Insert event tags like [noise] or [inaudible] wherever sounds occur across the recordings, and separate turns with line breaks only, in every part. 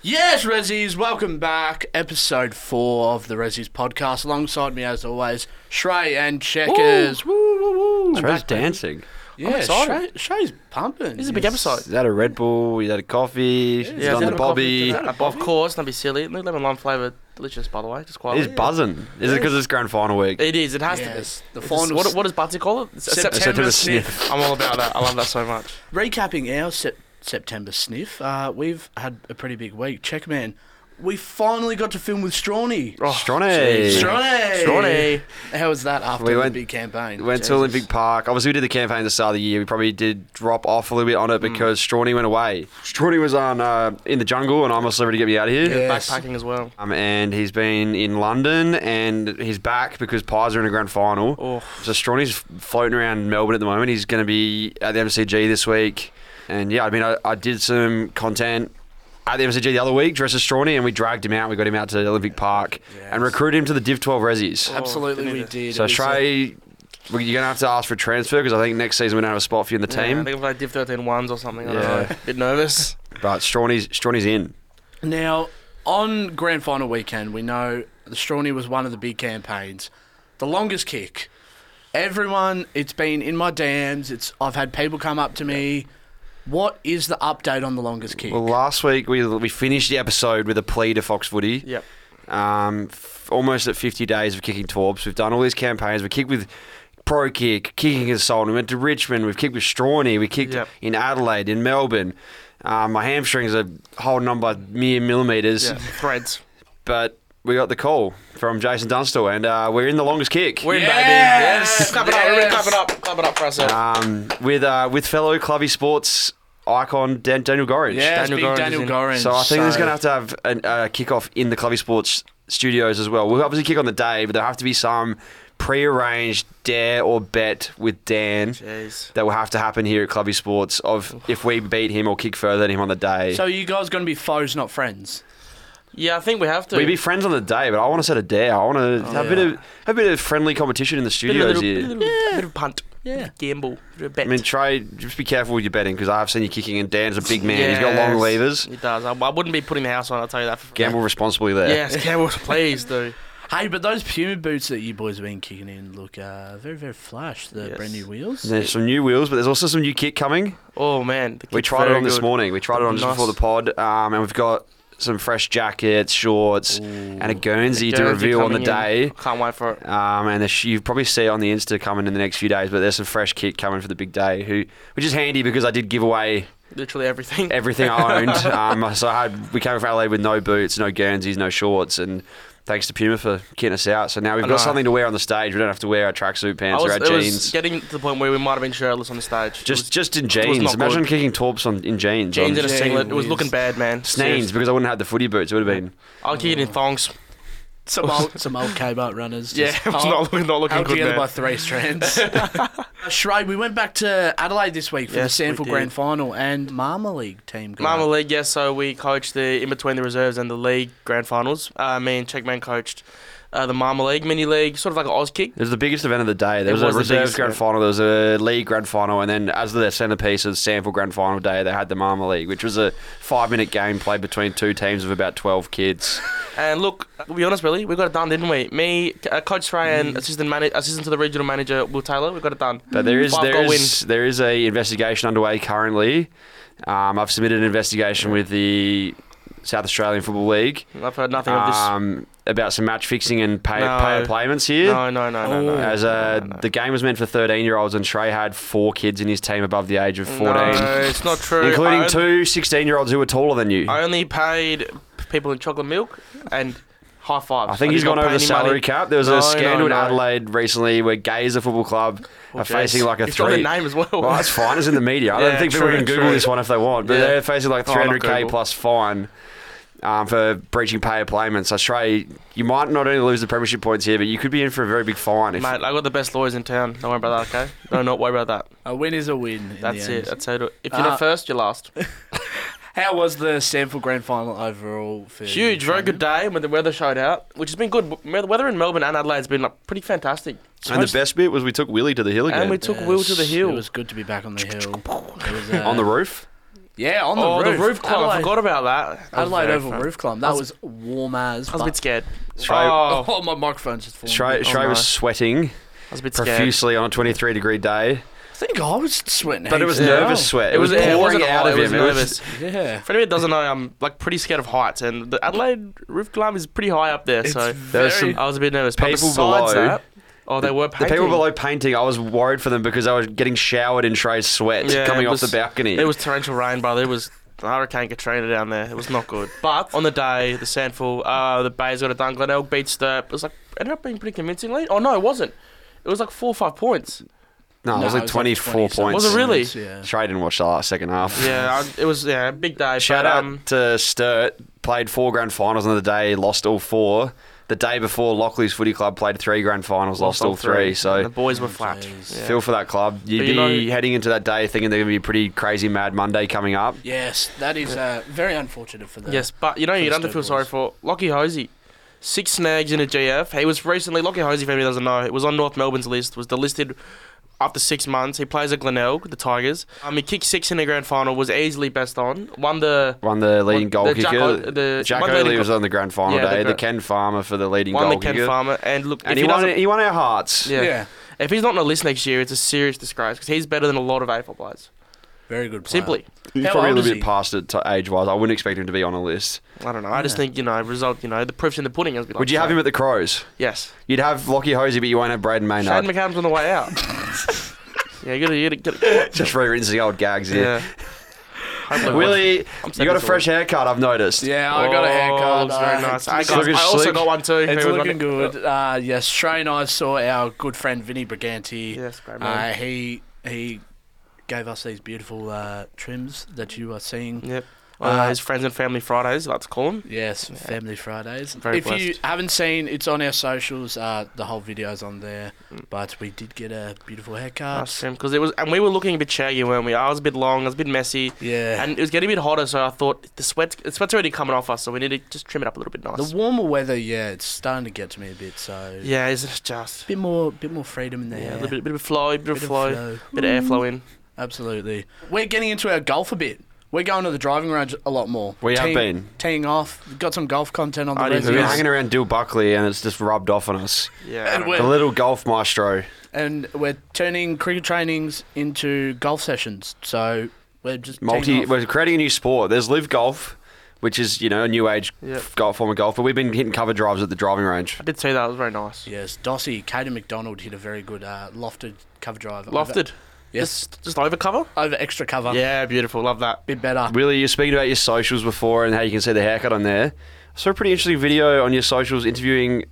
Yes, Rezzies, welcome back. Episode four of the Rezzies podcast. Alongside me, as always, Shrey and Checkers. Woo, woo, woo. I'm
Trey's
back, baby.
dancing.
Yeah, Shrey,
excited.
Shrey's pumping.
This is a big episode.
Is that a Red Bull? Is that a coffee? She's
Yeah,
on
is
the
that a
bobby.
coffee? Is that a
Of course, don't be silly. New lemon lime flavour, delicious, by the way. Just quite.
It's buzzing. Is it because it's grand final week?
It is. It has
Yes,
to
the
be. The
final
final. What,
s-
what does Butsy call it? S-
September
September
sniff.
sniff.
I'm all about that. I love that so much.
Recapping our sep- September sniff, uh, we've had a pretty big week. Checkman, we finally got to film with Strawny.
Oh,
Stronny.
jeez.
Strawny!
Strawny.
How was that after
We
the
went-
big campaign?
Went to
Jesus.
Olympic Park. Obviously, we did the campaign at the start of the year. We probably did drop off a little bit on
Hmm.
it because Strawny went away. Strawny was on uh, in the jungle, and I'm a celebrity to get me out of here.
Yeah. Yes.
Backpacking as well.
Um, and he's been in London, and he's back because Pies are in a grand final.
Oh.
So Strawny's floating around Melbourne at the moment. He's going to be at the MCG this week. And yeah, I mean, I, I did some content at the MCG the other week, dressed as Strawny, and we dragged him out. We got him out to Olympic Park and recruited him to the Div 12 Resis.
Absolutely,
Oh,
we
didn't
did. It
so,
was, uh,
Trey, well, you're going to have to ask for a transfer because I think next season we don't have a spot for you in the
Yeah, I
team.
think we played Div 13 ones or something. I don't
Yeah.
know. Bit nervous. [laughs]
but Strawny's, Strawny's in.
Now, on grand final weekend, we know the Strawny was one of the big campaigns. The longest kick. Everyone, it's been in my DMs. It's I've had people come up to me. What is the update on the longest kick?
Well, last week we, we finished the episode with a plea to Fox Footy.
Yep.
um, f- almost at 50 days of kicking Torbs. We've done all these campaigns. We kicked with Pro Kick, Kicking Consult. We went to Richmond. We've kicked with Strawny. We kicked
Yep.
in Adelaide, in Melbourne. Um, my hamstrings are holding on by mere millimetres.
Yeah. Threads.
But we got the call from Jason Dunstall, and uh, we're in the longest kick.
We're in, baby.
Yes.
Yes. Clap it up. everybody
Yes.
Clap it up. Clap it up for ourselves.
um, with, uh, with fellow Clubby Sports icon Dan- Daniel Gorridge.
yeah, Daniel
Daniel
big
Gorringe
Daniel
is in.
Gorringe.
So I think there's going to have to have an- a kick-off in the Clubby Sports studios as well. We'll obviously kick on the day, but there'll have to be some pre-arranged dare or bet with Dan
Jeez.
that will have to happen here at Clubby Sports of if we beat him or kick further than him on the day.
So you guys going to be foes, not friends?
Yeah, I think we have to.
We'd be friends on the day, but I want to set a dare. I want to have, a bit of, have a bit of friendly competition in the
Oh, bit of a
studios here.
little, bit of a little- bit of a punt.
Yeah.
Gamble. Bit of a bet.
I mean, Trey, just be careful with your betting because I've seen you kicking, and Dan's a big man. He's got
Yes.
long levers.
He does. I, I wouldn't be putting the house on. I'll tell you that. For
Gamble responsibly there.
Yes,
[laughs]
Gamble. Please do.
Hey, but those Puma boots that you boys have been kicking in look uh, very, very flash. The
Yes.
brand new wheels.
There's some new wheels, but there's also some new kick coming.
Oh man, the
We
kid's
tried it
very
on this
good.
morning. We tried it on just
Nice.
before the pod, um, and we've got some fresh jackets, shorts, and a Guernsey, to
Guernsey
reveal on the
coming in.
day.
Can't wait for it.
Um, and the sh- you probably see it on the Insta coming in the next few days, but there's some fresh kit coming for the big day, who which is handy because I did give away
Literally everything.
everything I
[laughs]
owned. um, so I had we came from LA with no boots, no Guernseys, no shorts, and thanks to Puma for kitting us out. So now we've
I
got
know.
something to wear on the stage. We don't have to wear our tracksuit
I
pants
was,
or our
it
jeans.
was getting to the point where we might have been shirtless on the stage. It
just
was
just in
was
jeans.
not
Imagine
good.
kicking Torbs on in jeans.
jeans
on-
and a singlet. It was
Jeez.
looking bad, man.
Sneens
Seriously.
because I wouldn't have the footy boots. It would have been.
I'll keep it in thongs.
Some old, some old Kmart runners.
[laughs] Yeah,
just
it was
held-
not, looking- not looking
held
good,
together by
man.
three strands.
[laughs]
Uh, Shrey, we went back to Adelaide this week for
Yes,
the
we
Sanford
did.
Grand Final, and Marma League team. got
Marma
up.
League, yes. So we coached the in between the reserves and the league grand finals. Uh, me and Checkman coached uh, the Marma League mini league, sort of like an Oz kick.
It was the biggest event of the day. There was,
It was
a
the
reserves
biggest
grand
event.
final. There was a league grand final, and then as the centerpiece of the sample grand final day, they had the Marma League, which was a five-minute game played between two teams of about twelve kids.
And look, we'll be honest, really, we got it done, didn't we? Me, uh, Coach Ray, and assistant mana assistant to the regional manager Will Taylor, we got it done.
Mm. But there is
[laughs] Five
there
goal
is there is a investigation underway currently. Um, I've submitted an investigation with the South Australian Football League
win. I've heard nothing of this.
um, about some match fixing and pay,
No.
pay payments here.
No, no, no, no, no.
Oh.
As uh,
No, no, no.
the game was meant for 13 year olds, and Trey had four kids in his team above the age of 14,
No, it's not true. I
including
on-
two 16 year olds who were taller than you.
I
I,
only paid people in chocolate milk and high fives.
think
he's
he's gone over the salary cap. There was
No,
a scandal
no,
in
no.
Adelaide recently where Gazer Football Club are facing like a
It's Oh, got
three.
the name as well.
Well, that's fine. It's in the media. I don't
[laughs] Yeah,
think people
true,
can Google
true.
this one if they want, but
Yeah.
they're facing like
Oh, not
300k
Google.
plus fine um, for breaching pay of payments. So, Trey, you might not only lose the premiership points here, but you could be in for a very big fine if
[laughs] Mate, I got the best lawyers in town. Don't worry about that, okay? No, not worry about that.
A win is a win. in
That's
the
it.
end.
That's how to, If you're
Uh,
not first,
[laughs]
you're last.
How was the Sanford Grand Final overall? For you,
Huge, very good
Simon?
day when the weather showed out, which has been good. The weather in Melbourne and Adelaide's been like pretty fantastic.
And the best bit was we took Willie to the hill
And
again
we took Will to the
Yes,
hill. [laughs]
It was good to be back on the hill. It was, uh,
on the roof.
Yeah, on the
oh,
roof.
the roof club.
Adelaide,
I forgot about that. That was
Adelaide
very
Oval
fun.
roof club.
I
That
was-
was warm as.
I was a
fuck.
bit scared.
Australia,
[laughs] Oh,
Oh,
my microphone's just falling.
Australia,
Oh,
Australia was
no.
sweating
I was a bit scared.
profusely on a 23 degree day,
I think I was sweating.
but it was
heaps.
nervous sweat. It, was,
yeah,
pouring
wasn't
out
hot,
of
it was
him. It was-
nervous.
Yeah.
For anybody that doesn't know, I'm like pretty scared of heights, and the Adelaide roof climb is pretty high up there,
It's
so
There was
very-
some-
I was a bit nervous. But
people
besides
below-
that, oh, they
the
were painting.
people below painting, I was worried for them because they were getting showered in Trey's sweat
Yeah,
coming
it
off
was-
the balcony.
It was torrential rain, brother. It was Hurricane Katrina down there. It was not good. But on the day, the sandfall, uh, the Bays got it done. Glenelg beat Stirp. It was like ended up being pretty convincingly. Oh no, it wasn't. It was like four or five points.
no, it was like 24 points.
Was it really?
Yeah.
Trey didn't watch the last second half.
Yeah, I, it was. Yeah, a big day.
Shout
but,
out
um,
to Sturt. Played four grand finals on the day, lost all four. The day before, Lockley's Footy Club played three grand finals, lost, all three.
and the
So
boys were flat.
jeez.
Yeah.
feel for that club. You'd
But you
be
know-
heading into that day thinking they're going to be a pretty crazy Mad Monday coming up.
Yes, that is uh, very unfortunate for them.
Yes, but you know you'd
the
have to feel
Sturt
sorry
boys.
for Lockie Hosey. Six snags in a GF. He was recently Lockie Hosey, if anybody doesn't know, it was on North Melbourne's list, was delisted after six months. He plays at Glenelg, the Tigers. Um he kicked six in the grand final, was easily best on, won the
Won the leading
Won-
goal
the Jack
kicker.
O- the-
Jack
won the leading
O'Leary was
goal-
on the grand final
Yeah, the
day. The,
gra-
Ken Farmer for the leading
won
goal
the Ken
kicker.
Farmer and look
And
if
he,
he,
won,
doesn't
he won our hearts.
Yeah.
yeah.
if he's not on the list next year, it's a serious disgrace because he's better than a lot of AFL players.
Very good. Player.
Simply.
He's
How
probably a
old
little
is
bit
he?
past it age wise. I wouldn't expect him to be on a list.
I don't know. I just
Yeah.
think, you know, result, you know, the proof's in the pudding as we like
Would you
to
have
say.
him at the Crows?
Yes.
You'd have Lockie Hosey, but you won't have Braden
Shane
Maynard.
McAdams on the
[laughs]
way out. yeah, you gotta you gotta get
Just rewritten the old gags here.
Yeah. [laughs] Hopefully-
Willie,
I'm
you
saying
got a
it's all-
fresh haircut, I've noticed.
Yeah, I got a
Oh,
haircut.
Looks very
uh,
nice. I,
It's,
got-
I also
slick.
got one too. if
it's
anyone's
looking
wondering.
good. Uh, yes, Trey and I saw our good friend Vinny Briganti.
Yes, great man.
Uh, he he gave us these beautiful uh, trims that you are seeing.
yep. Uh,
uh,
his friends and family Fridays, I like to call him.
Yes, Family Fridays.
Very
if you
blessed.
haven't seen, it's on our socials. Uh, the whole video's on there. But we did get a beautiful haircut.
Mm. Nice because it was, and we were looking a bit shaggy, weren't we? I was a bit long, I was a bit messy,
Yeah.
and it was getting a bit hotter. So I thought the sweat, the sweat's already coming off us, so we need to just trim it up a little bit
the
nice.
warmer weather, yeah, it's starting to get to me a bit. So
yeah, it's just
bit more, bit more freedom in
yeah,
there.
a little bit, bit of flow, bit, of flow,
flow.
bit of airflow in.
Absolutely. We're getting into our golf a bit. We're going to the driving range a lot more.
We have
Teeing-
been.
teeing off. We've got some golf content on the
I didn't
We've been
Yes.
hanging
resumes,
around Dill Buckley and it's just rubbed off on us.
Yeah, I
And
don't
we're-
The
know.
little golf maestro.
and we're turning cricket trainings into golf sessions. So we're just teeing
Multi
off.
we're creating a new sport. There's live golf, which is, you know, a new age
Yep.
golf form of golf, but we've been hitting cover drives at the driving range.
I did see that. It was very nice.
Yes, Dossie, Caden McDonald hit a very good uh, lofted cover drive. Over,
Lofted.
yes,
Just, just over cover.
over extra cover.
Yeah, beautiful. Love that.
Bit better.
Willie, you're speaking about your socials before and how you can see the haircut on there. I saw a pretty interesting video on your socials interviewing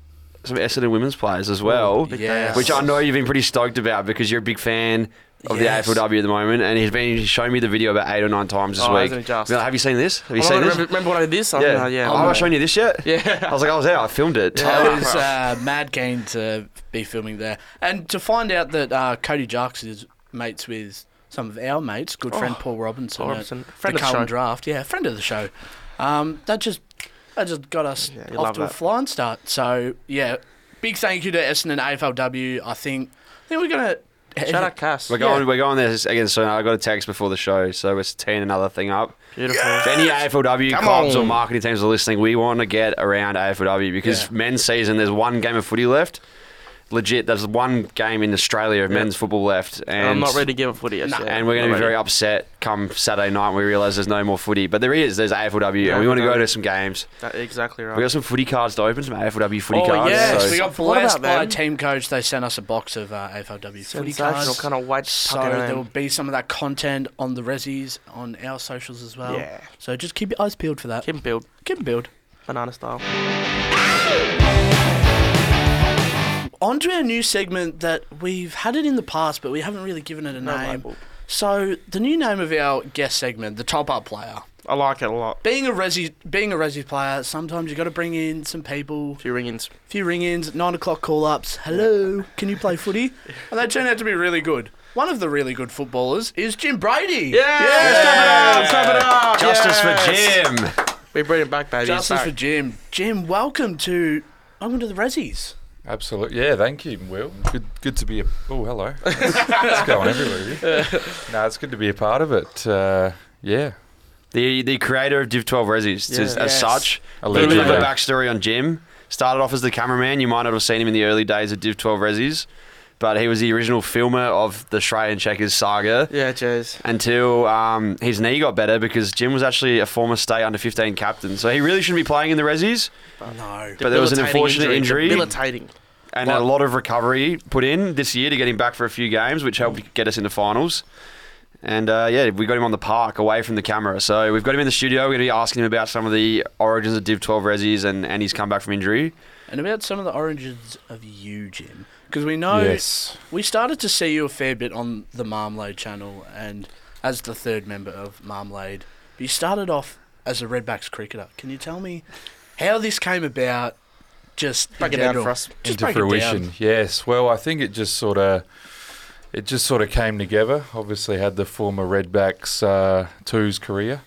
some Essendon women's players as well.
Yes.
which I know you've been pretty stoked about because you're a big fan of
Yes.
the AFLW at the moment, and he's been showing me the video about eight or nine times this
Oh,
week.
isn't it just?
Been like, Have you seen this? Have you
Oh,
seen this?
remember, remember when I did this? I
yeah,
don't know, yeah.
Oh,
I'm
have I
not-
shown you this yet?
[laughs] Yeah.
I was like, I was there. I filmed it.
I was uh, mad keen to be filming there, and to find out that uh, Cody Jarks is mates with some of our mates, good friend
Oh,
Paul Robinson,
Paul
at
Robinson.
the
Friend of the
Carlton
show.
Draft, yeah, friend of the show. Um, that just that just got us
Yeah, you
off
love
to a
that.
flying start. So yeah, big thank you to Essendon AFLW. I think I think we're gonna
Shout out Cass.
We're going. We're going there again soon. I got a text before the show, so we're teeing another thing up.
Beautiful.
If any AFLW
[laughs] Come
clubs or
on.
marketing teams are listening, we want to get around AFLW because
Yeah.
men's season. There's one game of footy left. Legit, there's one game in Australia of men's football left, and
I'm not ready to give a footy yet.
Nah.
yeah.
And we're going to
Not
be very
ready.
upset come Saturday night when we realise there's no more footy. But there is. There's AFLW,
Yeah,
and we want to go
no.
to some games.
That- Uh, exactly right.
We got some footy cards to open, some AFLW footy
Oh,
cards.
Yes,
so-
we got
What
blessed
about
by
them?
team coach. They sent us a box of uh, AFLW footy
Sensational
cards.
kind of white
So
pucking
there will
around.
be some of that content on the resis on our socials as well.
Yeah.
So just keep your eyes peeled for that. Keep,
Kim Build,
keep 'em peeled.
banana style.
On to our new segment that we've had it in the past, but we haven't really given it a
No
name.
label.
So the new name of our guest segment, the top up player.
I like it a lot.
Being a resi, being a resi player, sometimes you got to bring in some people.
Few ring-ins.
few ring-ins, nine o'clock call-ups. Hello, can you play footy? [laughs] And they turn out to be really good. One of the really good footballers is Jim Brady.
Yes, clap it up, clap it up.
Justice
yes.
for Jim.
We bring it back, baby.
Justice
it's
for
back.
Jim. Jim, welcome to welcome to the Resis.
Absolutely. Yeah, thank you, Will. Good good to be a oh [laughs] hello. [laughs] it's going everywhere. with you. no, it's good to be a part of it. Uh, yeah.
the the creator of Div 12 Resis
Yeah.
as, as
Yes.
such. A little bit of a backstory on Jim. Started off as the cameraman. You might not have seen him in the early days of Div 12 Resis, but he was the original filmer of the Australian Checkers saga
Yeah, cheers.
until um, his knee got better because Jim was actually a former state under 15 captain. So he really shouldn't be playing in the Resis,
No.
but there was an
Debilitating
unfortunate injury,
Debilitating.
and a lot of recovery put in this year to get him back for a few games, which helped get us into finals. And uh, yeah, we got him on the park away from the camera. So we've got him in the studio. We're going to be asking him about some of the origins of Div 12 Resis and, and his comeback from injury.
And about some of the origins of you, Jim. Because we know
Yes.
we started to see you a fair bit on the Marmalade channel and as the third member of Marmalade. But you started off as a Redbacks cricketer. Can you tell me how this came about? Just in
Break it down
general?
for us.
Just
into
break it down.
fruition. Yes. Well, I think it just sort of it just sort of came together. Obviously, had the former Redbacks uh, twos career,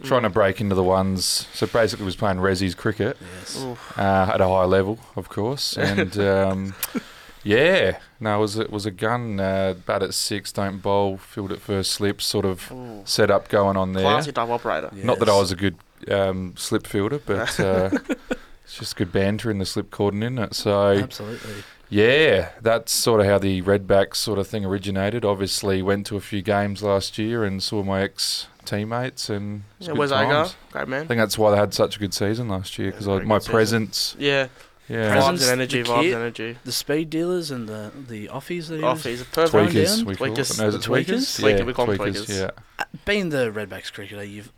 Mm.
trying to break into the ones. So basically, was playing Resi's cricket
Yes.
Oof.
uh, at a high level,
[laughs]
of course, and. Um, Yeah, no, it was it was a gun. Uh, bat at six, don't bowl, field at first slip, sort of
Ooh.
setup going on there.
Classy type operator.
Not that I
Yes.
was a good um, slip fielder,
[laughs]
but uh, it's just good banter in the slip cordon, isn't it? So
Absolutely.
yeah, that's sort of how the Redbacks sort of thing originated. Obviously, went to a few games last year and saw my ex teammates, and it's
Yeah,
good
where's Agar?
times.
Great
I
man.
think that's why they had such a good season last year because
Yeah, pretty
my
good season.
presence,
Yeah.
yeah,
Presence,
Vibes and energy,
the
vibes and
kid-
energy.
The speed dealers and the the offies
Oh,
that he
Off,
was
he's a perfect.
Throwing
tweakers,
down?
we call it.
Tweakers.
No, is
The
it tweakers?
tweakers?
Yeah,
Tweaker, we call 'em tweakers.
Yeah,
Uh, Being the Redbacks cricketer, you've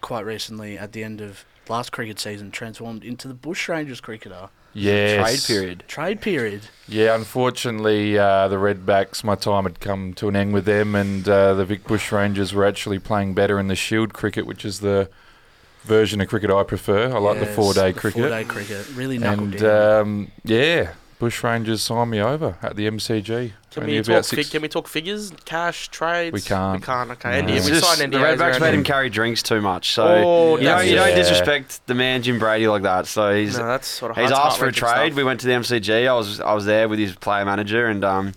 quite recently, at the end of last cricket season, transformed into the Bush Rangers cricketer.
yes.
Trade period.
Trade period.
Yeah, unfortunately, uh, the Redbacks, my time had come to an end with them, and uh, the Vic Bush Rangers were actually playing better in the Shield cricket, which is the version of cricket I prefer. I like the
Yes,
four day cricket.
Four day cricket. Really knuckled
and
down.
um, yeah, Bush Rangers signed me over at the MCG.
Can
Only
we,
about
talk fi-
six-
can we talk figures, cash, trades?
We can't.
We can't. Okay.
No.
And
Yeah,
It's
we
just-
signed
the
NDAs
Redbacks
around
made him
him.
carry drinks too much. So
Oh,
you, know,
that's-
you don't
Yeah.
disrespect the man Jim Brady like that. So he's
no, that's sort of
he's
hard-
asked for a
heartbreaking
trade.
stuff.
We went to the MCG. I was I was there with his player manager, and um,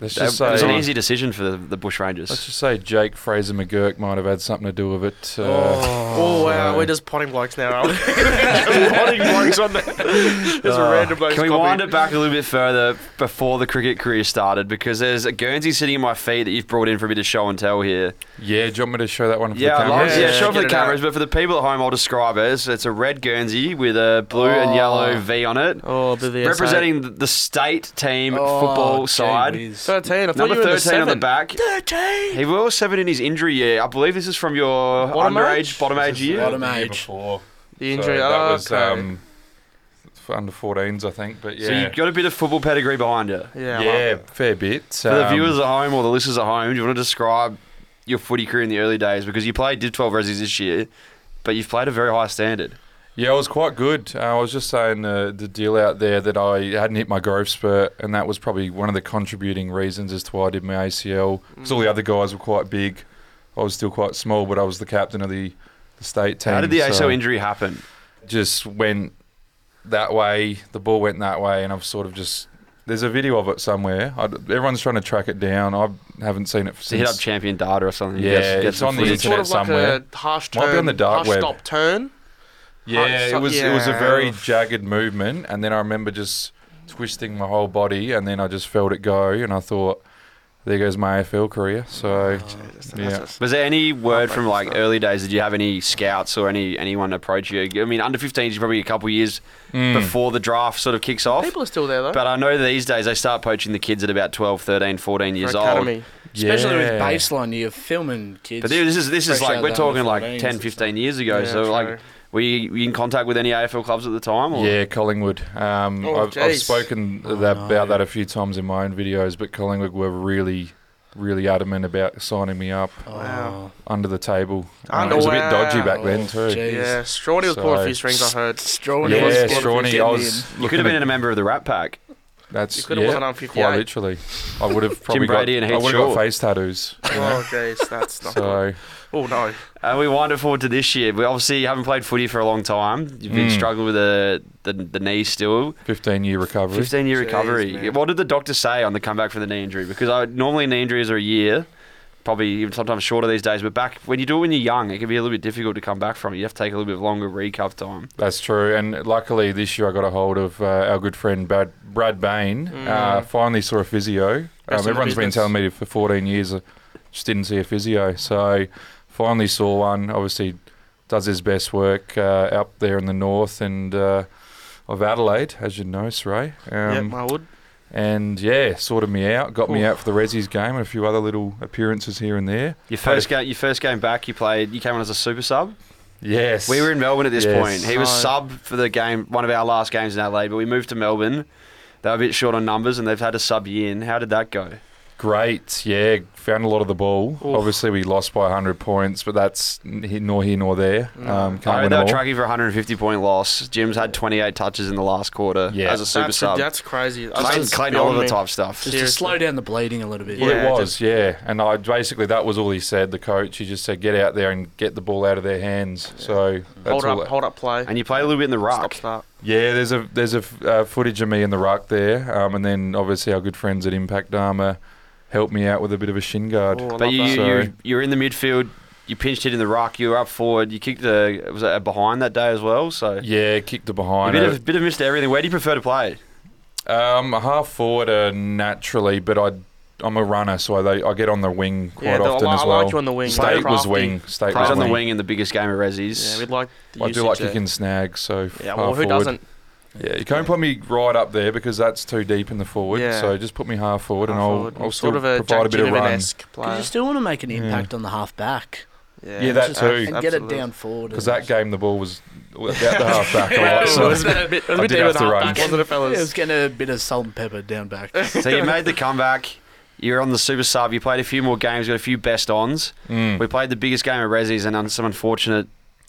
Let's
it
just
was
say,
an easy decision for the, the Bush
let's
Rangers.
just say Jake Fraser McGurk might have had something to do with it. Uh,
Oh, wow,
so-
we're just potting blokes now,
[laughs]
[laughs] aren't we? Just potting blokes on there. Just
Uh,
random blokes.
Can we
copying.
wind it back a little bit further before the cricket career started? Because there's a Guernsey sitting at my feet that you've brought in for a bit of show and tell here.
Yeah, do you want me to show that one for
Yeah,
the
I
camera?
love yeah,
Yeah,
yeah, show for
get
the
it out.
cameras, but for the people at home, I'll describe it. It's, it's a red Guernsey with a blue and
Oh.
yellow V on it,
Oh, the VSA.
representing the- the state team
Oh,
football
gee
side.
whiz.
13. I thought
Number
you were in the
13 on the
seven.
back.
Thirteen.
He was seven in his injury year. I believe this is from your
Bottom
underage,
age?
bottom age year.
Bottom age.
Before.
The injury. oh,
So
oh,
that was
okay.
um, for under 14s, I think. But yeah,
So you've got a bit of football pedigree behind you.
yeah. I
yeah,
love it.
fair bit. Um,
For the viewers at home or the listeners at home, do you want to describe your footy career in the early days? Because you played Div 12 Resis this year, but you've played a very high standard.
yeah, it was quite good. Uh, I was just saying uh, the deal out there that I hadn't hit my growth spurt, and that was probably one of the contributing reasons as to why I did my ACL. Because all
Mm.
the other guys were quite big, I was still quite small, but I was the captain of the, the state team.
How did the ACL
so-
injury happen?
just went that way. The ball went that way, and I've sort of just there's a video of it somewhere. I, everyone's trying to track it down. I haven't seen it
To
since.
hit up champion data or something. Get-
Yeah,
get
it's
some
on the
Was
footage.
it sort
internet
of like
somewhere.
a harsh
Might
turn?
be on the dark
harsh
web.
stop turn?
yeah,
Oh,
it was it was a
yeah.
very jagged movement, and then I remember just twisting my whole body, and then I just felt it go, and I thought, there goes my AFL career.
Uh,
So Yeah.
Was there any word from like
Heartbreaking
early days? Did you have any scouts or any anyone approach you? I mean, under 15s, you're probably a couple years
mm,
before the draft sort of kicks off.
People are still there, though.
But I know these days they start poaching the kids at about 12, 13, 14 years
for
old.
academy.
Especially
yeah.
with baseline, you're filming kids.
But dude, this is this is
Fresh
like
out
we're
of the under
talking like
14s
10,
or
15 years ago.
Yeah,
so like,
true.
were you, were you in contact with any AFL clubs at the time? Or?
Yeah, Collingwood. Um,
Oh,
I've, I've
jeez.
spoken
Oh,
that,
no.
about that a few times in my own videos, but Collingwood were really, really adamant about signing me up.
Oh,
Wow.
under the table.
Under-
Um, it was a bit dodgy
wow.
back then too.
Jeez.
Yeah, Strawny was pulling a few
So-
strings, I heard.
Strawny.
Yeah,
Yeah,
Oh, was getting-
Strawny, I
getting
was
You could have been a member of the Rat Pack.
That's
You could have
yeah,
wasn't on 58.
quite literally. I would have probably
Brady
got,
and
I
Heath
would have got
Shaw.
face tattoos. you know?
Oh, jeez, that's not good.
so
Oh, no.
And Uh, we wind it forward to this year. We obviously haven't played footy for a long time. You've been
Mm.
struggling with the, the the knee still.
15 year recovery.
15 year
Jeez,
recovery.
man.
What did the doctor say on the comeback from the knee injury? Because I, normally knee injuries are a year, probably even sometimes shorter these days. But back when you do it when you're young, it can be a little bit difficult to come back from. You have to take a little bit longer recov time.
That's true. And luckily, this year I got a hold of uh, our good friend Brad, Brad Bain. Uh, finally saw a physio.
in
Um,
the
everyone's been
business.
telling me for 14 years, I just didn't see a physio. So finally saw one. Obviously, does his best work uh, up there in the north and uh, of Adelaide, as you know, Ray. Um,
yep, I would.
And yeah, sorted me out, got me
Cool.
out for the Resi's game and a few other little appearances here and there.
Your first game, your first game back, you played. You came on as a super sub.
Yes.
We were in Melbourne at this
Yes.
point. He was
Oh.
sub for the game, one of our last games in Adelaide, but we moved to Melbourne. They were a bit short on numbers, and they've had a sub you in. How did that go?
Great, yeah. Found a lot of the ball.
Oof.
Obviously, we lost by 100 points, but that's n- he- nor here nor there.
Mm.
I
No.
Um, can't
mean,
win
they were
all.
tracking for a 150 point loss. Jim's had 28 touches in the last quarter
Yeah.
as a super
that's,
sub.
that's crazy.
Clayton,
That's
Clayton
beyond
Oliver
me.
type stuff.
Just to
Seriously.
slow down the bleeding a little bit.
Well,
Yeah,
it was,
just-
yeah. And I basically that was all he said. The coach, he just said, "Get out there and get the ball out of their hands." So that's
Hold
all.
up,
that-
hold up, play.
And you play a little bit in the
Stop,
ruck.
start.
yeah, there's a there's a f- uh, footage of me in the ruck there, um, and then obviously our good friends at Impact Armour helped me out with a bit of a shin guard.
Oh, I love
But you,
that.
you,
Sorry.
you, you're in the midfield. You pinched it in the ruck. You were up forward. You kicked the was it a behind that day as well. So
Yeah, kicked it
a
behind.
bit
it.
of bit of missed everything. Where do you prefer to play?
Um, half forward uh, naturally, but I I'm a runner, so I, I get on the wing quite
yeah, though, I
often
li-
as
I
well.
like you on the wing.
State was
Crafty.
wing. State
Plays
was
on the
wing.
wing in the biggest game of Resi's.
Yeah, we'd like. The
I do like
usage there.
kicking snags, so
Yeah,
far
well, who
forward.
doesn't?
Yeah, you can't put me right up there because that's too deep in the forward.
Yeah.
So just put me half forward,
Half
and I'll,
forward.
I'll still
sort of a
provide a
Jack
bit of run.
Ginnivan-esque
Because
player.
you still want to make an
Yeah.
impact on the half back
Yeah, that
Just-
too.
and get it
Absolutely.
down forward.
Because
and-
that game the ball was out
[laughs]
the half back a
Yeah,
lot.
it
So
was a bit, it was a bit
I did
deep
have
with
to run.
halfback, wasn't it,
Yeah, it was
fellas?
getting a bit of salt and pepper down back.
So you made the comeback. You're on the super sub. You played a few more games. Got a few best ons.
Mm.
We played the biggest game of Resi's, and un- some unfortunate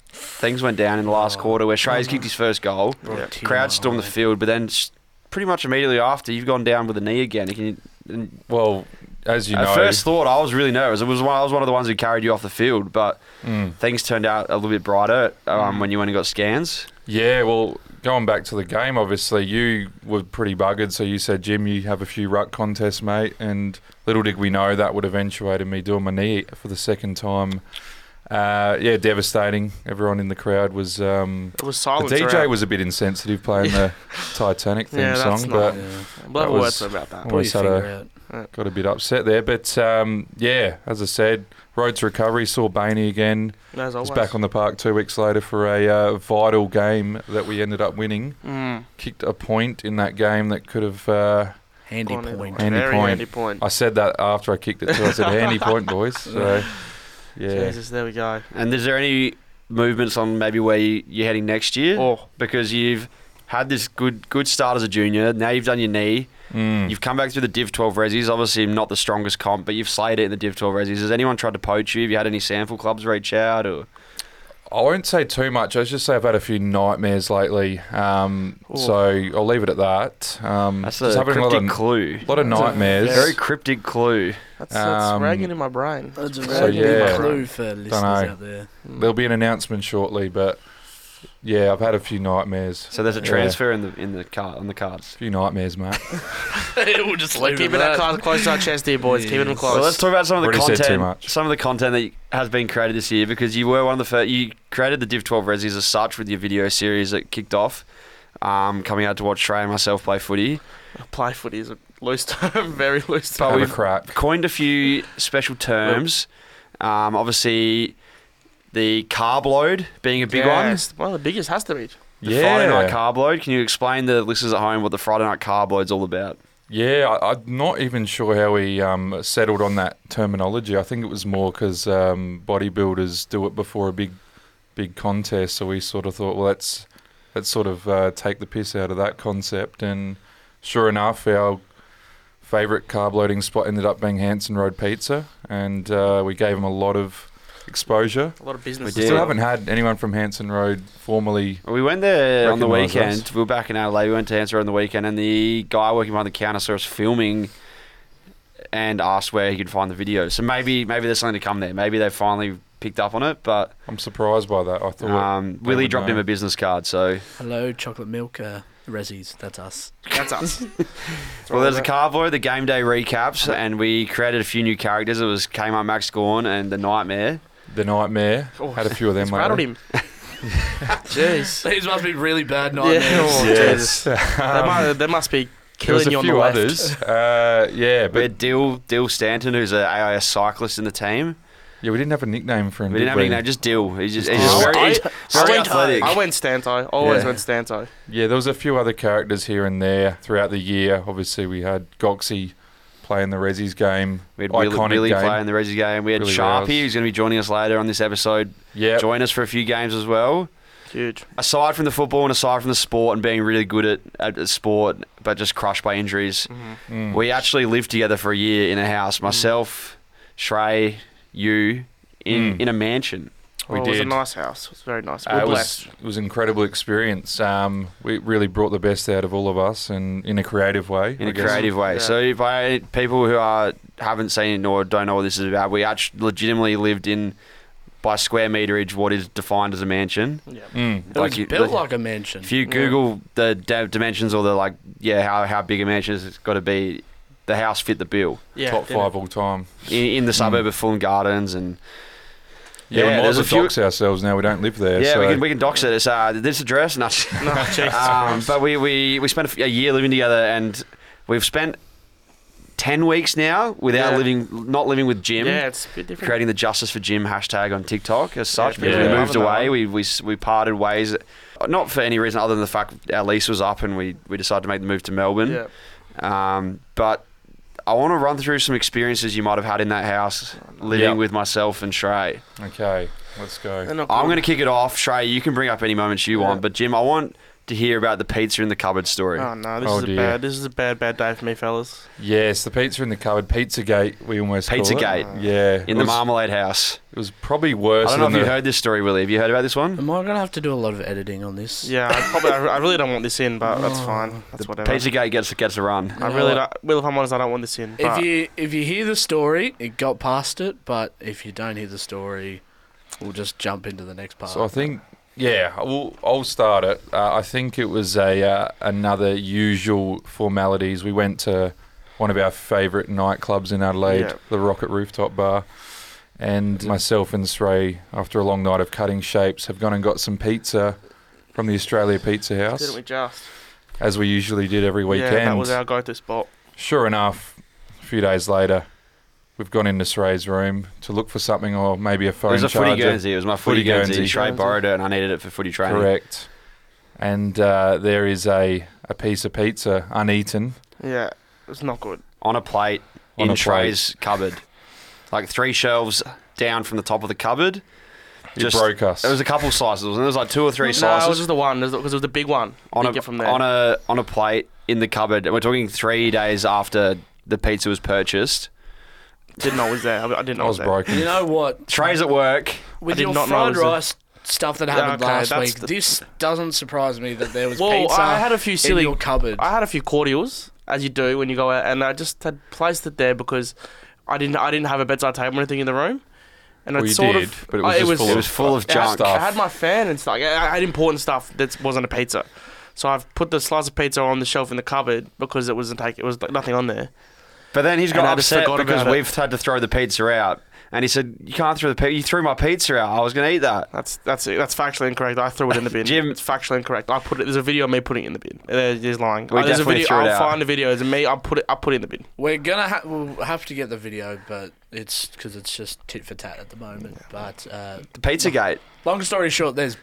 things went down in the last
Oh.
quarter where Shrey's kicked his first goal.
Brought
Yeah.
a tear
Crowd
to my
stormed the
eye.
field, but then s- pretty much immediately after, you've gone down with a knee again. Can you- and
well, as you
at
know,
first thought, I was really nervous. It was one, I was one of the ones who carried you off the field, but
Mm.
things turned out a little bit brighter um, when you went and got scans.
yeah. Well, going back to the game, obviously you were pretty buggered. So you said, Jim, you have a few ruck contests, mate. And little did we know that would eventuate in me doing my knee for the second time. Uh, yeah, devastating. Everyone in the crowd was um,
It was
The
silent.
DJ
throughout.
was a bit insensitive playing the Titanic
[laughs]
theme
Yeah, that's
song,
not-
but
Yeah.
We'll have
that
a word
was-
to him about that.
Pull your
Always had a-
finger out.
got a bit upset there. But um, yeah, as I said, road to recovery. Saw Bainey again.
As always.
Was back on the park two weeks later for a uh, vital game that we ended up winning.
Mm.
Kicked a point in that game that could have. Uh,
Handy
Gone in.
point.
Handy
Very
point. Oh,
handy point.
I said that after I kicked it too. I said
[laughs]
handy point, boys. So yeah,
Jesus, there we go.
And is there any movements on maybe where you, you're heading next year?
Oh,
because you've had this good good start as a junior. Now you've done your knee.
Mm.
You've come back through the Div 12 Resis. Obviously, not the strongest comp, but you've slayed it in the Div 12 Resis. Has anyone tried to poach you? Have you had any sample clubs reach out? Or
I won't say too much. I just say I've had a few nightmares lately. Um,
Ooh.
so I'll leave it at that. Um,
that's
just
a
having a lot
cryptic
of,
clue.
lot of
That's a
nightmares.
Very cryptic clue.
that's, that's
Um,
ragging in my brain.
That's a
So,
very big
yeah.
clue for listeners
know.
out there.
There'll be an announcement shortly, but yeah, I've had a few nightmares.
So there's a
Yeah.
transfer in the in the card on the cards.
A few nightmares,
[laughs]
mate.
we'll just leave
Keeping
it
that
at
card close to our chest, dear boys. Keeping them
Yes.
close.
So let's talk about some of the
Already said
content.
too much.
Some of the content that has been created this year because you were one of the first. You created the Div 12 Resis as such with your video series that kicked off, um, coming out to watch Trey and myself play footy.
Play footy is a loose term, [laughs] very loose
But
term.
Have a
we've-
crack.
coined a few special terms. Um, obviously, the carb load being a big one.
Yes, One of the biggest has to be.
The Friday night
Yeah,
carb load. Can you explain to the listeners at home what the Friday night carb load's all about?
yeah. I, I'm not even sure how we um, settled on that terminology. I think it was more because um, bodybuilders do it before a big, big contest. So we sort of thought, well, let's let's sort of uh, take the piss out of that concept. And sure enough, our favourite carb loading spot ended up being Hanson Road Pizza, and uh, we gave them a lot of exposure.
A lot of business.
We
We
Yeah.
still haven't had anyone from Hanson Road formally.
We went there on the
Recognise
weekend.
us.
We were back in LA. We went to Answer on the weekend, and the guy working behind the counter saw us filming and asked where he could find the video. So maybe maybe there's something to come there. Maybe they finally picked up on it. But
I'm surprised by that. I thought
um,
they
Willie
would
dropped
know.
him a business card. So
Hello, chocolate milk. Uh, Rezzies, that's us.
That's
[laughs]
us.
well, there's a carvo, the game day recaps, and we created a few new characters. It was Kmart Max Gorn and the Nightmare.
the nightmare
Oh,
had a few of
[laughs]
them.
rattled
lately.
him.
[laughs]
Jeez.
These must be really bad
Yeah.
[laughs]
nightmares.
Oh, Jesus. They, must, they must be
Um, There was
killing you
a
on the
few
left. [laughs]
others. [laughs] Uh, yeah,
We
but
had Dill Dill Stanton, who's an AIS cyclist in the team.
yeah, we didn't have a nickname for him.
We didn't
did
have any name, just Dill. He's just, he's
Dill.
just very, he's
Oh, I-
very
I went,
athletic.
I went Stanto. Always
Yeah.
went Stanto.
Yeah, there was a few other characters here and there throughout the year. Obviously, we had Goxie playing the Rezzies game.
We had Willie,
iconic
Willie
game.
play in the Resi game. We had
Willie
Sharpie,
Rouse.
who's going to be joining us later on this episode.
yeah,
Join us for a few games as well.
Huge.
Aside from the football and aside from the sport and being really good at, at the sport, but just crushed by injuries,
Mm.
we actually lived together for a year in a house. Myself, Shrey, you, in
Mm.
in a mansion.
We
Oh, It was a
did.
nice house. It was very nice. We
Uh,
were
it
blessed.
was it was an incredible experience. Um, we really brought the best out of all of us, and in a creative way.
in
I
a
guess.
creative way.
Yeah.
So if I people who are haven't seen it or don't know what this is about, we actually legitimately lived in by square meterage what is defined as a mansion.
Yeah.
Mm.
It was
you-
built like a mansion.
if you Google the da- dimensions or the like, yeah, how how big a mansion has got to be, the house fit the bill
yeah.
Top
did it.
five all time.
in, in
Hmm.
the suburb of Fulham Gardens and.
Yeah, we might
there's
as
a few.
well dox ourselves now. We don't live there.
yeah,
so
we can we can dox it. It's uh, this address. No, [laughs]
[laughs] No, Jesus
[laughs]
um,
Christ.
but we, we, we spent a f- a year living together and we've spent 10 weeks now without
Yeah.
living not living with Jim
Yeah, it's a bit different.
creating the justice for Jim hashtag on TikTok as such
Yeah,
because
yeah.
we moved
Yeah.
away we, we, s- we parted ways not for any reason other than the fact our lease was up and we, we decided to make the move to Melbourne
Yeah.
um, but I want to run through some experiences you might have had in that house living
Yeah.
with myself and Shrey
okay, let's go.
They're not
Oh, I'm
good.
going to kick it off Shrey you can bring up any moments you
Yeah.
want but Jim I want to hear about the pizza in the cupboard story
Oh no, this
Oh,
is a
dear.
bad. This is a bad, bad day for me, fellas.
Yes, the pizza in the cupboard, Pizzagate. We almost call it.
Pizzagate.
Yeah,
in
it
the
was,
Marmalade House.
It was probably worse.
I don't know if
than
you
the-
heard this story, Willie. Have you heard about this one?
Am I gonna have to do a lot of editing on this?
Yeah, I probably, I, I really don't want this in, but
Oh,
that's fine. That's whatever.
Pizzagate gets gets a run.
I really, don't, well, if I'm honest, I don't want this in.
If
but-
you if you hear the story, it got past it. But if you don't hear the story, we'll just jump into the next part.
So I think, yeah, I'll, I'll start it. Uh, I think it was a uh, another usual formalities. We went to one of our favourite nightclubs in Adelaide,
Yeah.
the Rocket Rooftop Bar, and myself and Sray, after a long night of cutting shapes, have gone and got some pizza from the Australia Pizza
didn't
House,
we just?
as we usually did every weekend.
Yeah, that was our go-to spot.
Sure enough, a few days later. We've gone into Sray's room to look for something, or maybe a
It
phone
was a footy
charger.
Guernsey. It was my footy,
Footy
Guernsey.
Guernsey.
Shrey
Guernsey.
borrowed it, and I needed it for footy training.
Correct. And uh, there is a, a piece of pizza uneaten.
Yeah, it was not good.
On a plate
On
in
a plate.
Trey's cupboard, like three shelves down from the top of the cupboard.
It
Just-
broke us.
It was a couple slices, and there was like two or three
No, it
slices
was just the one because it was the big one.
on
Big
a
it from there.
on a on a plate in the cupboard. And we're talking three days after the pizza was purchased.
Didn't know it was there. I, I didn't know
I
it
was
was there.
you
broken.
know what?
Trey's at work.
With
did
your
not know it
fried
was a-
rice stuff that
Yeah,
happened
okay,
last
that's
week,
the-
this doesn't surprise me that there was
Well,
pizza
I had a few
in
silly.
your cupboard.
I had a few cordials, as you do when you go out, and I just had placed it there because I didn't. I didn't have a bedside table or anything in the room, and
Well,
I
you
sort
did,
of.
but it
I-
was, just full
it
of
was full of
fu-
junk.
I
stuff.
had my fan and stuff. I I had important stuff that wasn't a pizza, so I've put the slice of pizza on the shelf in the cupboard because it wasn't take. It was like nothing on there.
But then he's
And
got
I just
upset
forgot
because
about it.
we've had to throw the pizza out. And he said, "You can't throw the pizza. You threw my pizza out. I was going to eat that."
That's that's it. That's factually incorrect. I threw it in the bin.
Jim-
it's factually incorrect. I put it. There's a video of me putting it in the bin. Uh, He's lying.
We
Uh, there's a
definitely
video.
threw it
I'll
out.
find the video. It's me. I put it. I put it in the bin.
We're gonna ha- we'll have to get the video, but it's because it's just tit for tat at the moment. But uh,
The pizza gate,
long story short, there's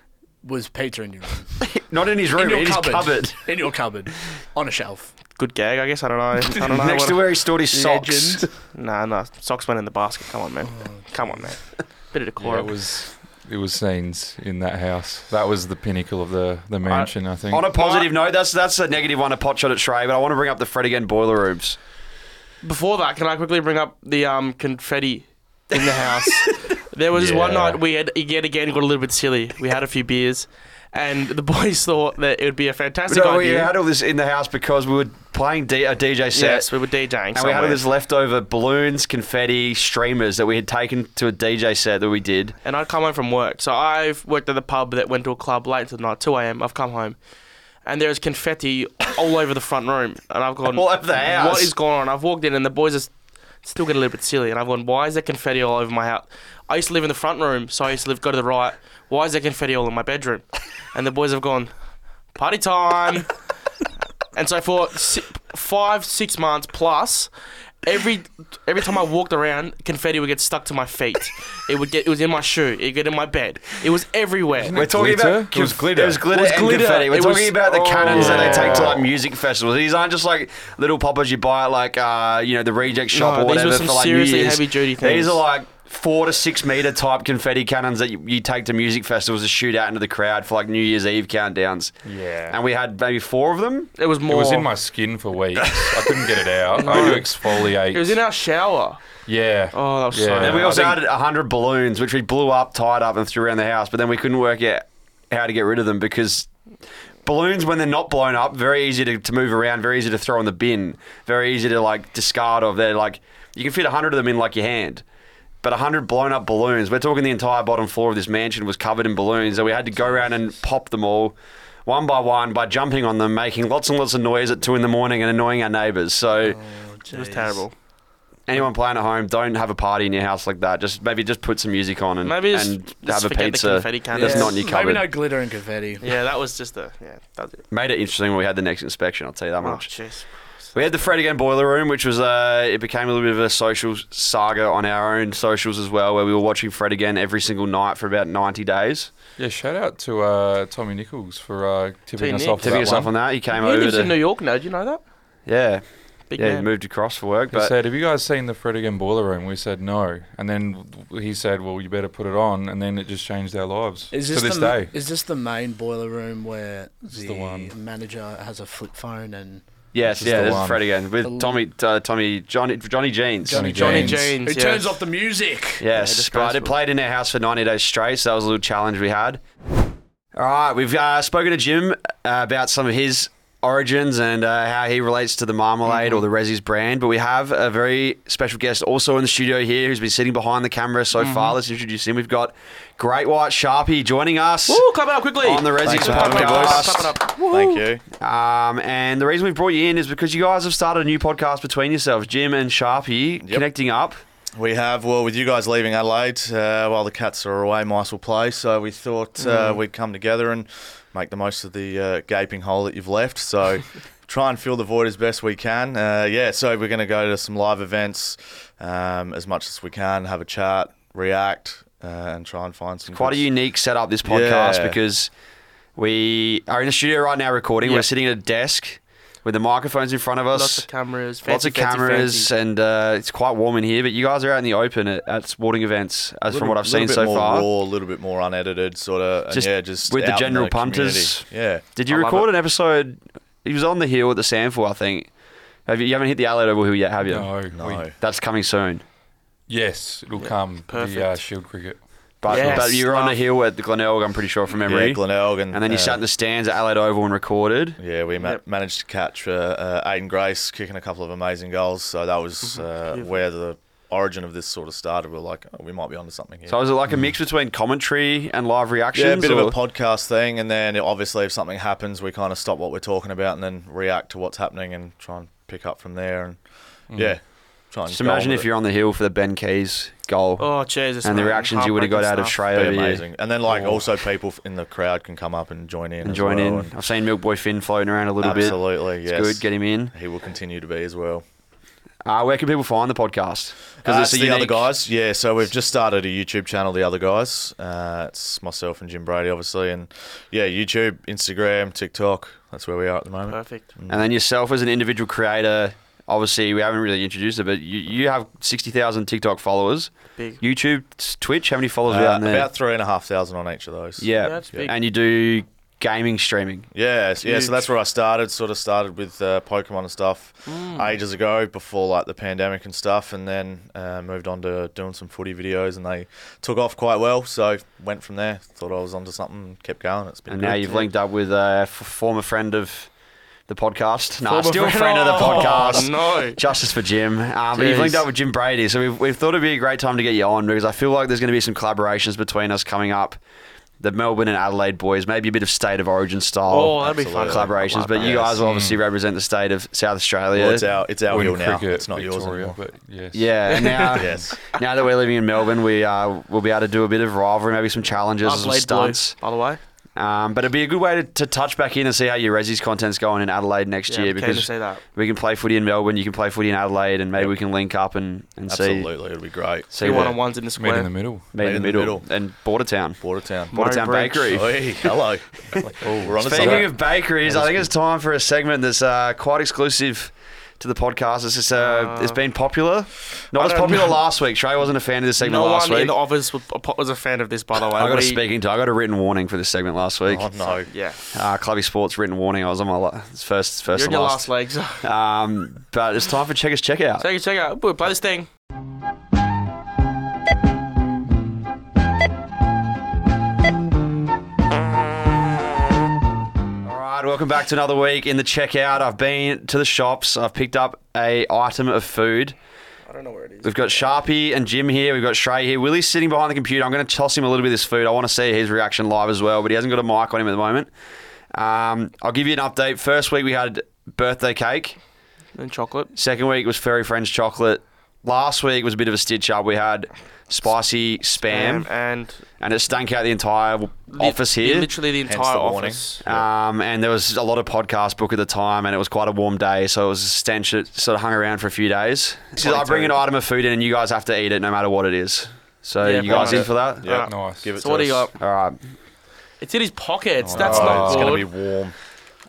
was pizza in your room, [laughs]
not in his room,
in your
in, his
cupboard,
cupboard,
in your cupboard, on a shelf.
Good gag, I guess. I don't
[laughs]
know. I don't know.
next
what-
to where he stored his socks.
Legend.
[laughs] Nah, nah. Socks went in the basket. Come on, man. Come on, man. Bit of
Yeah, it
decorum.
was it was scenes in that house. That was the pinnacle of the, the mansion, I, think.
On a positive note, that's that's a negative one, a pot shot at Shrey. But I want to bring up the Fred again boiler rooms.
Before that, can I quickly bring up the um confetti [laughs] in the house? there was this one
Yeah.
night we had yet again got a little bit silly. We had a few beers, and the [laughs] boys thought that it would be a fantastic
No, we
idea.
had all this in the house because we were playing D- a DJ set.
yes, we were
And
DJing.
we had all
somewhere.
this leftover balloons, confetti, streamers that we had taken to a DJ set that we did.
and I'd come home from work. So I've worked at the pub that went to a club late into the night, 2 a.m. I've come home, and there's confetti all over the front room, and I've gone,
All over the house.
What is going on? I've walked in, and the boys are s- still getting a little bit silly, and I've gone, why is there confetti all over my house? I used to live in the front room, so I used to live go to the right. Why is there confetti all in my bedroom? And the boys have gone, party time. And so for si- five, six months plus, every every time I walked around, confetti would get stuck to my feet. It would get it was in my shoe. It would get in my bed. It was everywhere.
We're talking
glitter?
about
It was glitter.
It was glitter Oh.
It was
and
glitter.
confetti. We're
It was-
talking about the cannons that they
Yeah.
take to like music festivals. These aren't just like little poppers you buy at like uh, you know the reject shop
No,
or
these
whatever
were some
for like New
seriously
Year's.
heavy-duty
These
things.
are like four to six meter type confetti cannons that you, you take to music festivals to shoot out into the crowd for like New Year's Eve countdowns.
Yeah.
And we had maybe four of them.
It was
It
more.
was in my skin for weeks. I couldn't get it out. I had to exfoliate.
It was in our shower.
yeah.
Oh, that was so.
Yeah. Uh,
And we
I
also
think-
had a hundred balloons, which we blew up, tied up, and threw around the house. But then we couldn't work out how to get rid of them because balloons, when they're not blown up, very easy to, to move around, very easy to throw in the bin, very easy to like discard of. They're like you can fit a hundred of them in like your hand. But 100 blown up balloons. We're talking the entire bottom floor of this mansion was covered in balloons. So we had to go around and pop them all one by one by jumping on them, making lots and lots of noise at two in the morning and annoying our neighbours. So
It was terrible.
anyone playing at home, don't have a party in your house like that. Just maybe just put some music on and,
Maybe just,
and
just
have a
forget the
pizza.
confetti cannons.
That's not in your
Maybe
cupboard.
no glitter and confetti.
Yeah, that was just a yeah. That was it.
Made it interesting when we had the next inspection. I'll tell you that
Oh,
much.
jeez.
We had the Fred again boiler room, which was uh, it became a little bit of a social saga on our own socials as well, where we were watching Fred again every single night for about ninety days.
Yeah, shout out to uh, Tommy Nichols for uh, tipping
Gee,
us
Nick.
off. for
Tipping
that
yourself
one.
on that, he came
He
over
lives
to
in New York now. Do you know that?
yeah,
Big
yeah, he
man.
moved across for work,
He
but
said, "Have you guys seen the Fredigan boiler room?" We said no, and then he said, "Well, you better put it on," and then it just changed our lives
Is this
to this
the,
day.
Is this the main boiler room where the,
the one.
manager has a flip phone and
yes,
This is
yeah,
the
this is
one.
Fred again with
The-
Tommy, uh, Tommy, Johnny, Johnny Jeans.
Johnny
Johnny
James.
James.
who
yes.
turns off the music?
Yes,
Yeah,
but it
disgraceful.
played in our house for 90 days straight, so that was a little challenge we had. All right, we've uh, spoken to Jim uh, about some of his origins and uh, how he relates to the Marmalade
Mm-hmm.
or the Resi's brand, but we have a very special guest also in the studio here who's been sitting behind the camera so
Mm-hmm.
far. Let's introduce him. We've got Great White Sharpie joining us.
Woo! Clap it up quickly.
On the Resi
Thanks for
podcast.
having me,
Clap it up. Clap it up.
Thank you.
Um, and the reason we brought you in is because you guys have started a new podcast between yourselves, Jim and Sharpie, connecting up.
We have, well, with you guys leaving Adelaide uh, while the cats are away, mice will play. So we thought
Mm.
uh, we'd come together and make the most of the uh, gaping hole that you've
[laughs]
left. So try and fill the void as best we can. Uh, yeah, so we're going to go to some live events um, as much as we can, have a chat, react, uh, and try and find some.
quite a
good-
unique setup this podcast
Yeah.
because we are in the studio right now recording. We're
Yep.
sitting at a desk with the microphones in front of us,
Lots of cameras. Fancy,
lots of
fancy,
cameras,
fancy.
and uh, it's quite warm in here. But you guys are out in the open at, at sporting events, as
little
from
bit-
what I've seen
little bit
so
more
far.
raw, a little bit more unedited, sort of.
Just
yeah, just
with the
out in
general punters.
community. Yeah.
Did you
I love
record an episode? It was on the hill at the Sandford, I think. Have you, you haven't hit the Adelaide Oval yet, have you?
No, we-
No.
That's coming soon.
yes, it'll come.
Perfect.
The uh, Shield cricket.
But,
Yes,
but you were on the
love.
hill at the Glenelg, I'm pretty sure from memory.
Yeah, Glenelg and,
and then you
uh,
sat in the stands at Adelaide Oval and recorded.
Yeah, we ma-
Yep.
managed to catch uh, uh, Aiden Grace kicking a couple of amazing goals. So that was uh, where the origin of this sort of started. We were like, oh, we might be onto something here.
So was it like a mix between commentary and live reactions?
Mm. yeah, a bit of
or-
a podcast thing, and then obviously if something happens, we kind of stop what we're talking about and then react to what's happening and try and pick up from there. And yeah, try and
Mm-hmm. Just
go on
imagine
with
if
it.
you're on the hill for the Ben Keys goal
Oh, Jesus.
and the
man.
reactions you would have got out of Shrey
Heartbreaking
Be
over you
amazing, and then like also people f- in the crowd can come up and join in.
and
as
join
well,
in. I've seen Milkboy Finn floating around a little bit.
absolutely,
It's
yes.
good, get him in.
he will continue to be as well.
Uh, where can people find the podcast?
Uh,
it's
it's
a
the other
unique-
guys. Yeah, so we've just started a YouTube channel, the other guys. Uh, it's myself and Jim Brady, obviously, and yeah, YouTube, Instagram, TikTok. That's where we are at the moment.
Perfect.
And then yourself as an individual creator. Obviously, we haven't really introduced it, but you, you have 60,000 TikTok followers.
Big.
YouTube, Twitch, how many followers
Uh,
are we on there?
about three and a half thousand on each of those.
yeah.
Yeah, that's big.
And you do gaming streaming.
Yeah, so- yeah.
Huge.
So that's where I started. Sort of started with uh, Pokemon and stuff
Hmm.
ages ago, before like the pandemic and stuff, and then uh, moved on to doing some footy videos, and they took off quite well. So went from there. Thought I was onto something, kept going. It's been
And
good.
now you've linked up with a f- former friend of the podcast. Nah,
Former
still a friend of the podcast.
Oh, no.
Justice for Jim. Um, but you've
Jeez.
linked up with Jim Brady, so we've, we've thought it'd be a great time to get you on because I feel like there's going to be some collaborations between us coming up. The Melbourne and Adelaide boys, maybe a bit of state of origin style
Oh, that'd be fun.
Absolutely.
collaborations, but you
Yes.
guys will obviously
Mm.
represent the state of South Australia.
Well, it's our it's our
Win
wheel now.
cricket,
It's not yours
Victoria,
anymore.
But yes.
yeah, and
[laughs]
now,
Yes.
now that we're living in Melbourne, we uh, we'll be able to do a bit of rivalry, maybe some challenges,
I've
some
played blue,
stunts.
by the way.
Um, but it'd be a good way to, to touch back in and see how your Resi's content's going in Adelaide next
Yeah,
year
I'm keen to
because
see that.
we can play footy in Melbourne, you can play footy in Adelaide, and maybe we can link up and, and see,
Absolutely, it'll be great.
see
Two
what
one on ones in the
Meet
square.
in the middle.
meet in the middle. Oh, and Border Town.
[laughs] Watertown.
[laughs]
Murray
Border Town
Bridge.
Bakery.
Oi, hello. Oh, We're on to
Speaking
something.
of bakeries, I think it's time for a segment that's uh, quite exclusive to the podcast. It's just, uh,
Uh,
it's been popular, not
I
as
don't
popular
know.
last week. Trey wasn't a fan of this segment
No
last
one in
week.
the office was, was a fan of this, by the way.
I got a
We-
speaking to. I got a written warning for this segment last week.
Oh no.
Yeah.
Uh, Clubby Sports written warning. I was on my la- first first
You're in
and
your
last.
last legs. check
Um, but it's time for checkers checkout.
it, check it out. Boy, play this thing.
All right, welcome back to another week in the checkout. I've been to the shops. I've picked up a item of food.
I don't know where it is.
We've got Sharpie and Jim here. We've got Shrey here. Willie's sitting behind the computer. I'm going to toss him a little bit of this food. I want to see his reaction live as well, but he hasn't got a mic on him at the moment. Um, I'll give you an update. First week we had birthday cake.
And chocolate.
Second week was fairy friends chocolate. Last week was a bit of a stitch up. We had spicy spam,
Um, and
and it stank out the entire office
Li-
here.
Literally the
Hence
entire
the warning.
office.
Um, and there was a lot of podcast book at the time, and it was quite a warm day, so it was a stench that sort of hung around for a few days. So I bring an item of food in, and you guys have to eat it no matter what it is. So
Yeah,
you guys
right.
in for that?
Yeah.
Alright.
Nice.
Ah, Give it
Uh, So
to
what do you
us.
got?
All right.
It's in his pockets. That's
Oh,
not
it's
good.
gonna be warm.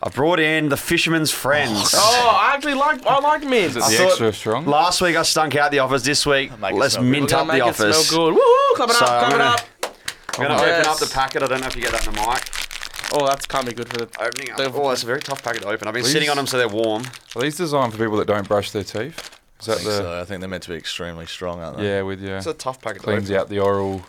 I brought in the Fisherman's Friends.
Oh, I actually like I like mint.
The
thought-
extra strong.
[laughs] Last week I stunk out the office. This week,
Make it
let's
smell good.
We're
mint
gonna
up the
make it smell
office.
good. Woo! Clap it
So,
up! Clap
I'm
it up!
gonna- I'm going to
Yes.
open up the packet. I don't know if you get that in the mic.
Oh, that's can't be good for the.
Opening up.
They've-
Oh, it's a very tough packet to open. I've been
Please.
sitting on them so they're warm.
Are these designed for people that don't brush their teeth? Is
I
that
think
the?
so. I think they're meant to be extremely strong, aren't they?
Yeah, with your
It's a tough packet
cleans
to open.
out the oral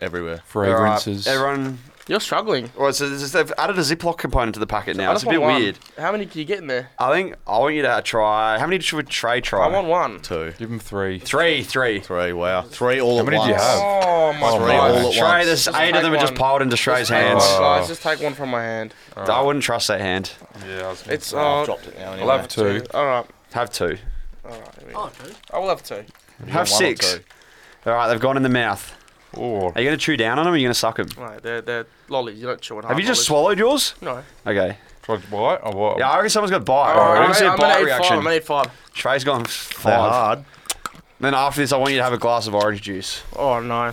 Everywhere.
All right,
fragrances.
Everyone,
You're struggling.
well, it's, it's, they've added a Ziploc component to the packet now.
I
It's a
just
bit
want one.
weird.
How many can you get in there?
I think I want you to try. How many should Trey try?
I want one.
Two.
Give them three.
three, three.
Three, wow. Three all
How
at
many
once.
do you have?
Oh my
Oh,
god.
Three
Right.
all at
Trey,
once.
there's
Just
eight of them are
take
just
one.
piled into Trey's hands.
one.
Guys, just take one from my hand.
I wouldn't trust that hand.
Yeah, I was
It's
Oh,
uh.
I've dropped it now
I
anyway.
love two.
All right.
Have two.
All right. Here we
Oh,
go.
okay.
I will have two.
You
Have
want one or
six.
two?
All right, they've gone in the mouth.
Oh,
Are you going to chew down on them or are you going to suck them?
All right. They're they're lollies. You don't chew on.
Have
hard
you just
lollies.
swallowed yours?
No.
Okay.
tried to bite Oh, or what?
Yeah, I reckon someone's got bite.
Oh,
I
really?
didn't see a
I'm
bite
gonna eat five. I'm
reaction.
gonna eat five.
Trey's gone
They're
five.
hard.
Then after this, I want you to have a glass of orange juice.
Oh no.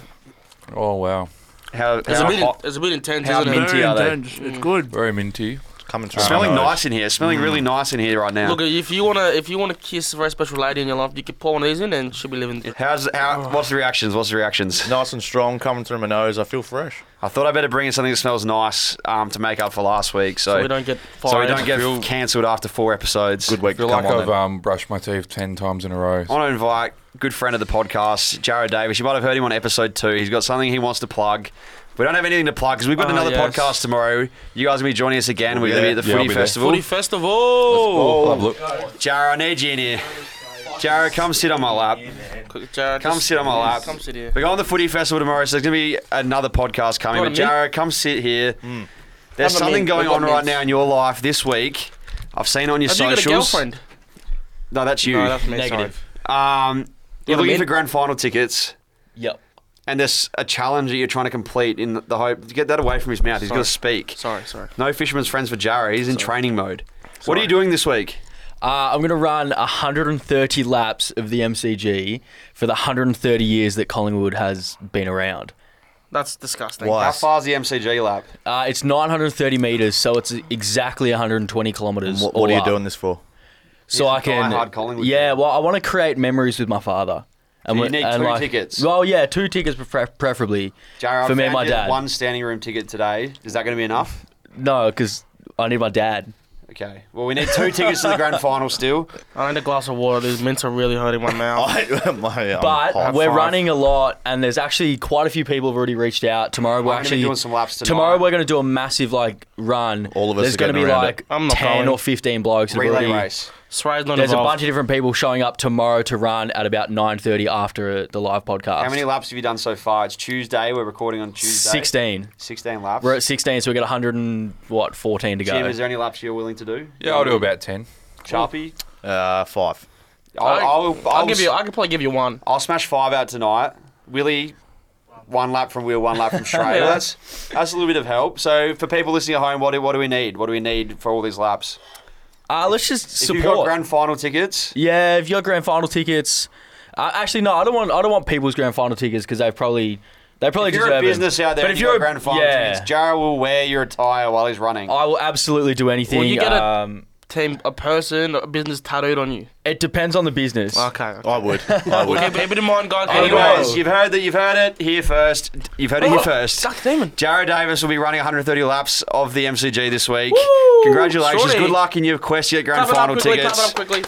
Oh wow,
How,
It's
how
a bit. in-
hot-
It's a bit intense,
How
isn't it?
mint- Minty, are they?
Very intense. It's good.
very minty.
It's coming through.
Smelling
my nose.
nice in here. Smelling really
Mm.
nice in here right now.
Look, if you wanna, if you wanna kiss a very special lady in your life, you can pour one of these in, and she'll be living.
How's how? What's the reactions? What's the reactions?
Nice and strong, coming through my nose. I feel fresh.
I thought I better bring in something that smells nice um, to make up for last week, so,
So we don't get fired.
so we don't get cancelled after four episodes.
Good week
I feel
to come
like
on
I've
then.
um, brushed my teeth ten times in a row.
I want to invite good friend of the podcast, Jared Davis. You might have heard him on episode two. He's got something he wants to plug. We don't have anything to plug because we've got
Oh,
another
yes.
podcast tomorrow. You guys will be joining us again. We're
We'll be
going to be at
there.
the
Yeah, I'll
Footy
be there.
Festival.
Footy festival.
I'll have a look.
Jared, I need you in here. Jared, come sit on my lap.
Jared,
Come
just-
sit on my lap.
Come sit here.
We're going to the Footy Festival tomorrow, so there's going to be another podcast coming.
Got a
But
mint?
Jared, come sit here. There's
Have a
something
mint.
going
We've got
on right
mints.
now in your life this week. I've seen on your
Have you
socials.
got a girlfriend?
No, that's you.
No, that's me.
Negative.
Sorry.
Um, you're
Got a
looking for
mint?
grand final tickets.
Yep.
and there's a challenge that you're trying to complete in the hope to get that away from his mouth. He's got to speak.
Sorry, sorry.
No fisherman's friends for Jarry. He's in training mode. What are you doing this week?
Uh, I'm going to run 130 laps of the MCG for the 130 years that Collingwood has been around.
That's disgusting.
Why?
How
Nice.
far's the MCG lap?
Uh, it's 930 meters, so it's exactly 120
um,
kilometers.
What, what are
all
you
up.
doing
[laughs]
this for?
So I
He's a
can.
diehard Collingwood
yeah,
fan.
well, I want to create memories with my father. And
you
we-
need two tickets.
Well, yeah, two tickets prefer- preferably
Jarry, I
for me
found
and my
you that
dad.
One standing room ticket today. Is that going to be enough?
No, because I need my dad.
Okay. Well, we need
[laughs]
two tickets to the grand final still.
I need a glass of water. These mints are really hurting my
[laughs]
mouth.
[laughs]
I, my, I'm
But
hot.
we're
five.
running a lot, and there's actually quite a few people have already reached out. Tomorrow we're
I'm gonna be
actually
doing some laps tonight.
Tomorrow we're going to do a massive like run.
All of us
There's
are
gonna
getting
be
around
like
it.
I'm not
ten
going.
or fifteen blokes. that have
Relay
already-
race.
Sway's not
There's a
involved.
bunch of different people showing up tomorrow to run at about nine thirty after the live podcast.
How many laps have you done so far? It's Tuesday. We're recording on Tuesday.
Sixteen.
16 laps.
We're at sixteen, so we got hundred and what fourteen to go.
Jim, is there any laps you're willing to do?
Yeah, I'll do about 10.
Sharpie.
uh, five.
I'll, I'll, I'll,
I'll, give you. I can probably give you one.
I'll smash five out tonight. Willie, one lap from wheel, one lap from straight. Well, that's that's a little bit of help. So for people listening at home, what do, what do we need? What do we need for all these laps?
uh, let's just
If you've got
support.
grand final tickets,
yeah, if you got grand final tickets. Uh, actually, no, I don't want. I don't want people's grand final tickets because they probably they probably
if you're a
deserve it.
business out there,
But
and
if
you've
you're
got
a
grand final
yeah,
tickets, Jarrah will wear your attire while he's running.
I will absolutely do anything.
Well, you get a-
um,
Team, a person, a business tattooed on you.
it depends on the business.
Okay. okay.
I would. I would.
Keep, keep it in mind, guys. Oh,
Anyways, you've heard that. You've heard it here first. You've heard it here first.
Duck Demon.
Jared Davis will be running 130 laps of the MCG this week. Congratulations.
Shorty.
Good luck in your quest to get grand
Clap it up
final
quickly,
tickets.
Clap it up quickly.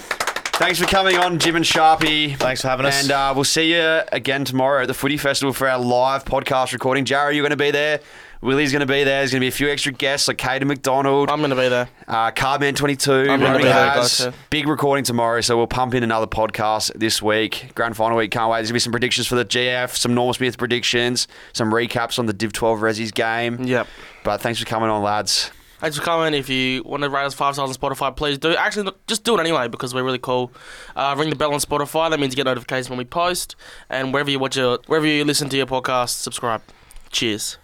Thanks for coming on, Jim and Sharpie.
Thanks for having us.
And uh, we'll see you again tomorrow at the Footy Festival for our live podcast recording. Jarrah, you're going to be there. Willie's going to be there. There's going to be a few extra guests like Caden McDonald,
I'm gonna be there.
uh, Cardman 22,
gonna
Ronnie
be there,
Haas.
guys, too.
Big recording tomorrow, so we'll pump in another podcast this week. Grand final week, can't wait. There's going to be some predictions for the GF, some Norm Smith predictions, some recaps on the Div 12 Resi's game.
Yep.
But thanks for coming on, lads.
Thanks for coming. If you want to rate us five stars on Spotify, please do. Actually, look, just do it anyway because we're really cool. Uh, ring the bell on Spotify. That means you get notifications when we post. And wherever you watch your, wherever you listen to your podcast, subscribe. Cheers.